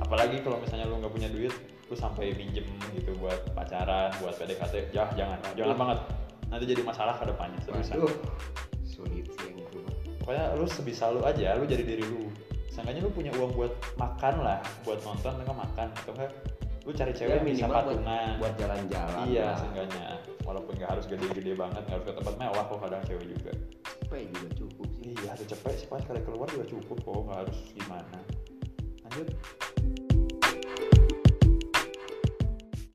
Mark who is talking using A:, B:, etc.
A: apalagi kalau misalnya lu nggak punya duit lu sampai pinjem gitu buat pacaran buat PDKT ya jangan jangan banget nanti jadi masalah ke depannya seriusan.
B: Waduh, sulit sih yang itu.
A: pokoknya lu sebisa lu aja lu jadi diri lu sangkanya lu punya uang buat makan lah buat nonton atau nggak makan atau enggak lu cari cewek
B: Ya,
A: yang bisa
B: minimal buat,
A: patungan
B: buat jalan-jalan.
A: iya
B: lah.
A: seenggaknya walaupun nggak harus gede-gede banget nggak harus ke tempat mewah kok kadang cewek juga
B: Cepet juga ya, cukup sih.
A: iya ada cepet sih pas kali keluar juga cukup kok nggak harus gimana lanjut